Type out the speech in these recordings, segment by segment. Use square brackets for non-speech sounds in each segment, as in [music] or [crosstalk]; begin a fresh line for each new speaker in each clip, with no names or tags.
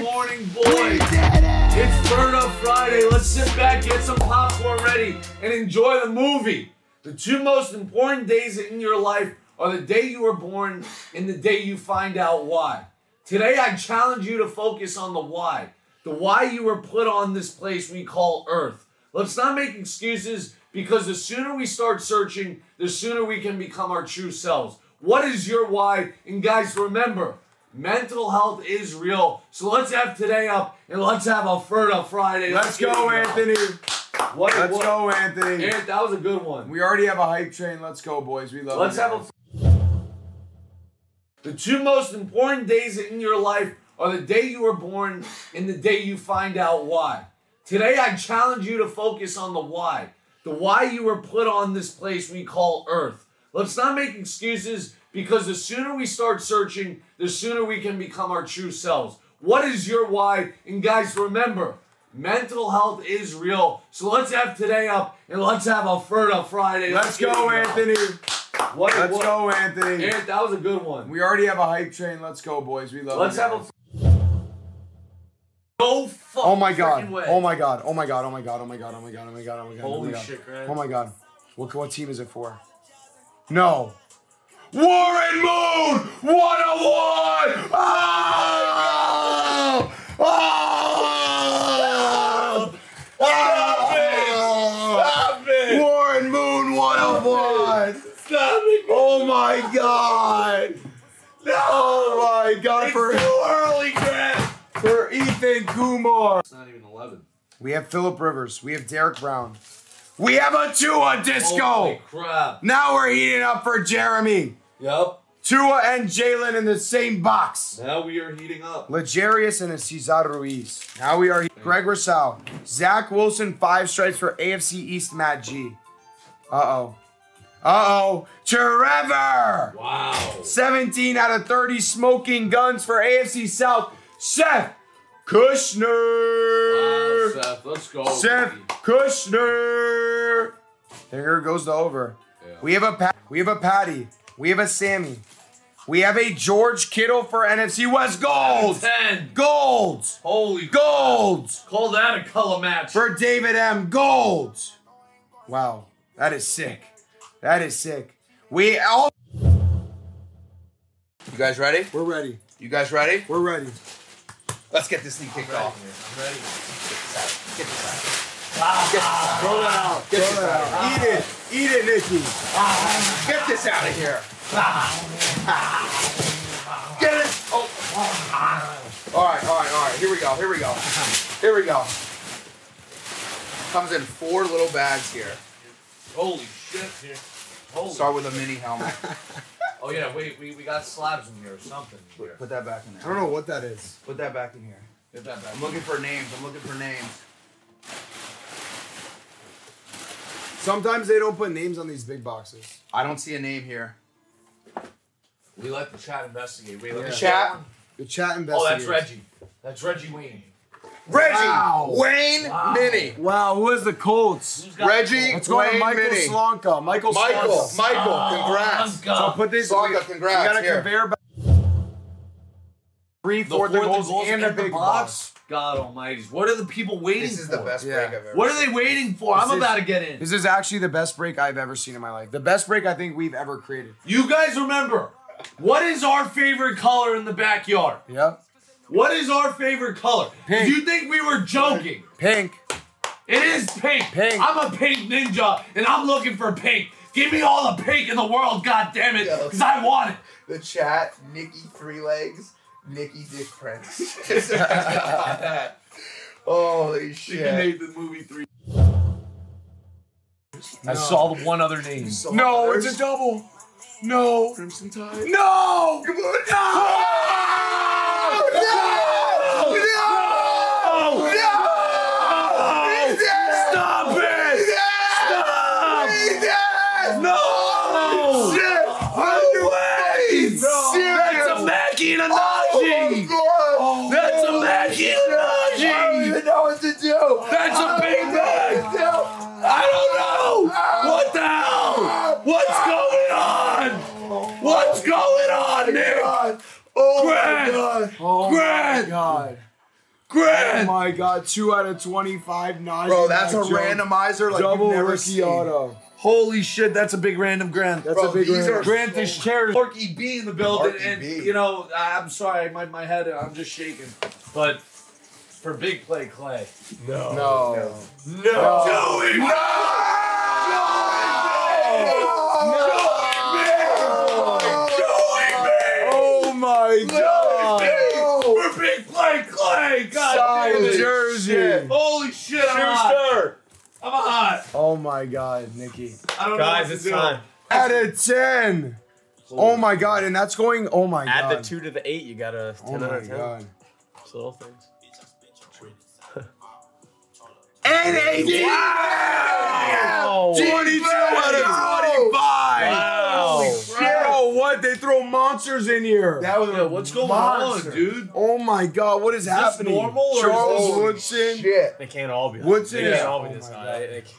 morning, boys. It's Turn Up Friday. Let's sit back, get some popcorn ready, and enjoy the movie. The two most important days in your life are the day you were born and the day you find out why. Today, I challenge you to focus on the why. The why you were put on this place we call Earth. Let's not make excuses because the sooner we start searching, the sooner we can become our true selves. What is your why? And guys, remember, mental health is real. So let's have today up and let's have a Ferda Friday.
Let's
get
go,
it up.
Anthony.
What,
Let's
what-
go, Anthony.
Ant, that was a good one.
We already have a hype train. Let's go, boys. We love.
Let's
you
have
guys.
a. The two most important days in your life are the day you were born and the day you find out why. Today, I challenge you to focus on the why. The why you were put on this place we call Earth. Let's not make excuses because the sooner we start searching, the sooner we can become our true selves. What is your why? And guys, remember, mental health is real. So let's have today up and let's have a Ferda Friday.
Let's
get
go,
it up.
Anthony.
What,
Let's
what-
go, Anthony.
Ant, that was a good one.
We already have a hype train. Let's go, boys. We love.
Let's
you
have
guys.
a. Go fuck.
Oh my god. Oh my god. Oh my god. Oh my god. Oh my god. Oh my god. Oh my god. Oh my god. oh
Holy
my god.
shit, Grant.
Oh my god. What what team is it for? No. Warren Moon 101. Oh! Oh! Oh!
it!
Warren Moon 101.
Stop it!
Oh my god. Oh my god. For,
early, Grant.
for Ethan Kumar.
It's not even eleven.
We have Philip Rivers. We have Derek Brown. We have a Tua disco.
Holy crap.
Now we're heating up for Jeremy.
Yep.
Tua and Jalen in the same box.
Now we are heating up.
Legarius and a Cesar Ruiz. Now we are Greg Rousseau. Zach Wilson, five stripes for AFC East Matt G. Uh oh. Uh oh. Trevor!
Wow.
17 out of 30 smoking guns for AFC South. Seth Kushner!
Wow, Seth, let's go.
Seth
baby.
Kushner. There goes the over.
Yeah.
We have a pa- we have a Patty. We have a Sammy. We have a George Kittle for NFC West. Gold.
Ten.
Gold.
Holy crap.
Gold
Call that a color match.
for David M. Gold. Wow, that is sick. That is sick. We all.
You guys ready?
We're ready.
You guys ready?
We're ready.
Let's get this thing kicked
I'm
off.
ready.
Get this
Throw that out.
out. Get this out.
Eat it. Eat it, Nikki.
Get this out of here. Get it. Oh. All right, all right, all right. Here we go. Here we go. Here we go. Comes in four little bags here.
Holy shit, dude. Holy.
Start with a
[laughs]
mini helmet.
Oh yeah, wait, we, we got slabs in here or something. in here.
Put that back in there.
I don't know what that is.
Put that back in here.
Get that back.
I'm looking for names. I'm looking for names.
Sometimes they don't put names on these big boxes.
I don't see a name here.
We let the chat investigate. We let
Yeah.
the
Chat.
The chat
Oh,
investigates.
that's Reggie. That's Reggie Wayne.
Reggie
Wow.
Wayne
Wow.
Mini.
Wow, who is the Colts?
Who's got-
Reggie
Let's go to
Wayne
Michael
Mini.
Slanka. Michael,
Michael,
Slanka.
Michael,
Oh,
congrats.
God.
So put this.
Slanka,
we-
congrats,
We got a
here.
conveyor belt. Three,
The
fourth, and
fourth
goals, and a
in the
big box.
God almighty. What are the people waiting
This is
for?
the best
Yeah.
break I've ever.
What are they waiting for? I'm
This is-
about to get in.
This is actually the best break I've ever seen in my life. The best break I think we've ever created.
You guys remember, what is our favorite color in the backyard?
Yep.
What is our favorite color?
Pink.
Did you think we were joking?
Pink.
It is pink.
Pink.
I'm a pink ninja, and I'm looking for pink. Give me all the pink in the world, God damn it,
Yo.
because I want it.
The chat, Nikki Three Legs, Nikki Dick Prince. [laughs] Holy shit.
the movie three.
No.
I saw the one other name.
No, it's a double. No.
Crimson Tide.
No.
Come on.
No. No. Oh,
No!
No.
He's dead!
Stop it. Stop.
He's dead!
No.
Shit! No way!
No.
Serious!
Mackie and Oh, a
Oh my God!
That's a Mackie and a
I don't even know what to do.
That's a big bag.
Oh
I don't know! What the hell? What's going on? What's going on, Nick?
Oh my
Grant!
God!
Oh my
Grant!
God. Oh
grand.
my god, two out of 25 Najee
Bro, that's a
Mack Jones.
randomizer like
double
you've never
rookie
seen.
auto.
Holy shit, that's a big random grand.
That's
Bro,
a big
these
random.
are-
Grant this chair. Larky E B in the building,
Larky
E
and
B.
you know, I- I'm sorry, my my head, I'm just shaking. But for big play, Clay.
No.
No,
No.
Joey, no,
Oh my god.
Joey, for big play, Clay. God damn
Solid
it.
jersey.
Holy shit, I'm hot. I'm hot.
Oh my god, Nikki.
I don't know what
Guys,
to
it's
do.
time.
Out of 10. Oh my god, and that's going. Oh my
Add
god.
the two to the eight. You got a
Oh
ten out
my
of ten.
god.
Just little things.
And a
Wow.
22 out of 25.
Wow.
Bro, what? They throw monsters in here.
That was a what's going
Monster.
on, dude?
oh my god, what is, happening?
normal or is
Charles
this-
Woodson.
Shit.
They can't all be. like-
What's
they
in it?
can't all be
Oh
this
my
high.
God.
They- they can't-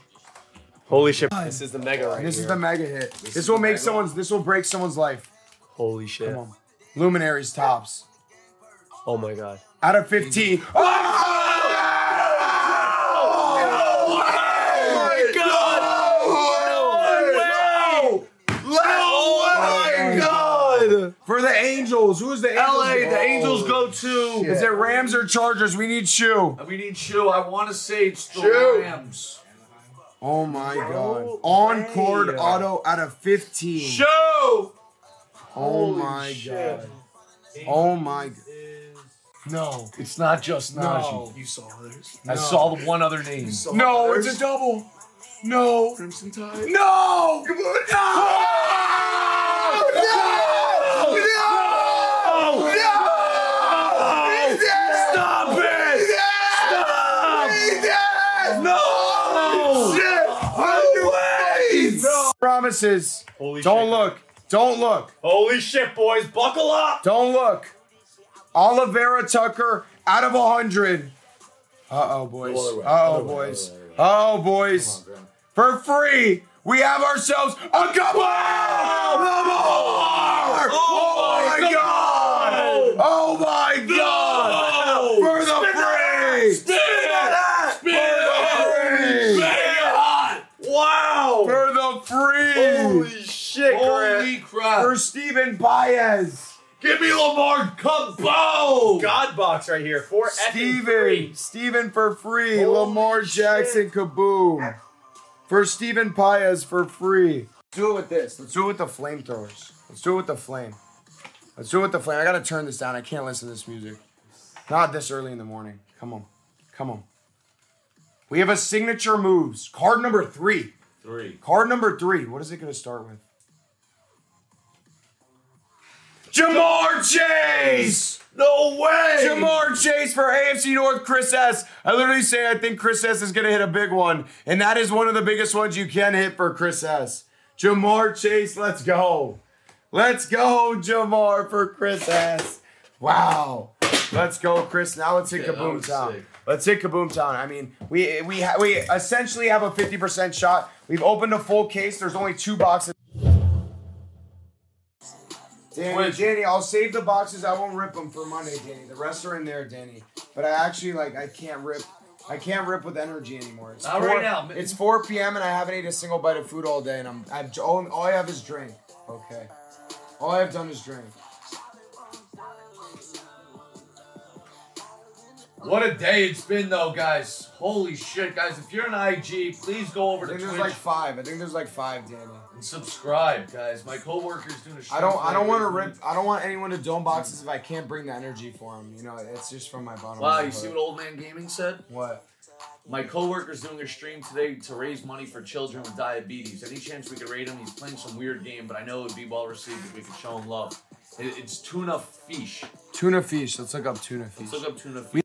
Holy shit! This is the mega right
This is
here.
the mega hit. This,
is
will
the
make
mega.
someone's. This will break someone's life.
Holy shit!
Come on. Luminaries tops.
Oh my god!
Out of 15. Oh
my god!
Oh my
God!
For the Angels. Who's the Angels?
LA, the Angels go to.
Is it Rams or Chargers? We need Shoe.
We need Shoe. I want to say it's the
Shoe.
Rams.
Oh my
No
god. Encored
way.
auto out of 15.
Shoe.
Oh my god. Oh my. g- No.
It's not just
No.
You saw others.
No.
I saw the one other name.
No, it's a double. No.
Crimson Tide.
No.
No! No! No! Stop it! Stop! No! Shit! Always!
Promises.
Holy
Don't
shit.
look. Don't look.
Holy shit, boys! Buckle up!
Don't look. Olivera Tucker out of 100. Uh oh, boys.
Other way.
Uh oh,
Other way,
boys.
other way,
Oh, boys. For free, we have ourselves a couple. Oh my god! Oh my god! For the free! For the free!
Wow!
For the free!
Holy shit, Grant!
Holy crap.
For Steven Paez!
Give me Lamar Cabo.
God box right here. Four effing
Steven,
three.
Steven for free.
Holy
Lamar
shit.
Jackson, kaboom. For Steven Paez for free. Let's do it with this. Let's do it with the flamethrowers. Let's do it with the flame. Let's do it with the flame. I gotta turn this down. I can't listen to this music. Not this early in the morning. Come on. Come on. We have a signature moves. Card number three.
Three.
Card number three. What is it gonna start with? Jamar Chase!
No way.
Jamar Chase for AFC North, Chris S. I literally say I think Chris S is going to hit a big one, and that is one of the biggest ones you can hit for Chris S. Jamar Chase, let's go. Let's go, Jamar, for Chris S. Wow. Let's go, Chris. Now let's hit
Yeah, that
Kaboom
was
Town.
sick.
Let's hit Kaboom Town. I mean, we we ha- we essentially have a 50% shot. We've opened a full case. There's only two boxes. Danny,
Wait.
Danny, I'll save the boxes. I won't rip them for Monday, Danny. The rest are in there, Danny. But I actually like I can't rip. I can't rip with energy anymore. It's
Not
4,
right now.
It's 4 p.m. and I haven't eaten a single bite of food all day, and I'm I've j- all, all I have is drink. Okay. All I've done is drink.
What a day it's been though, guys. Holy shit, guys. If you're an IG, please go
I
over to
think
Twitch
there's like five. I think there's like five, Danny.
and subscribe, guys. My coworker's doing a shit.
I don't. I don't want to rip. I don't want anyone to dome boxes if I can't bring the energy for them. You know, it's just from my bottom.
Wow,
of
you
my
see what
heart.
Old Man Gaming said?
What?
My coworker's doing a stream today to raise money for children with diabetes. Any chance we could rate him? He's playing some weird game, but I know it would be well received if we could show him love. It- it's tuna fish.
Tuna fish. Let's look up tuna fish.
Let's look up tuna fish.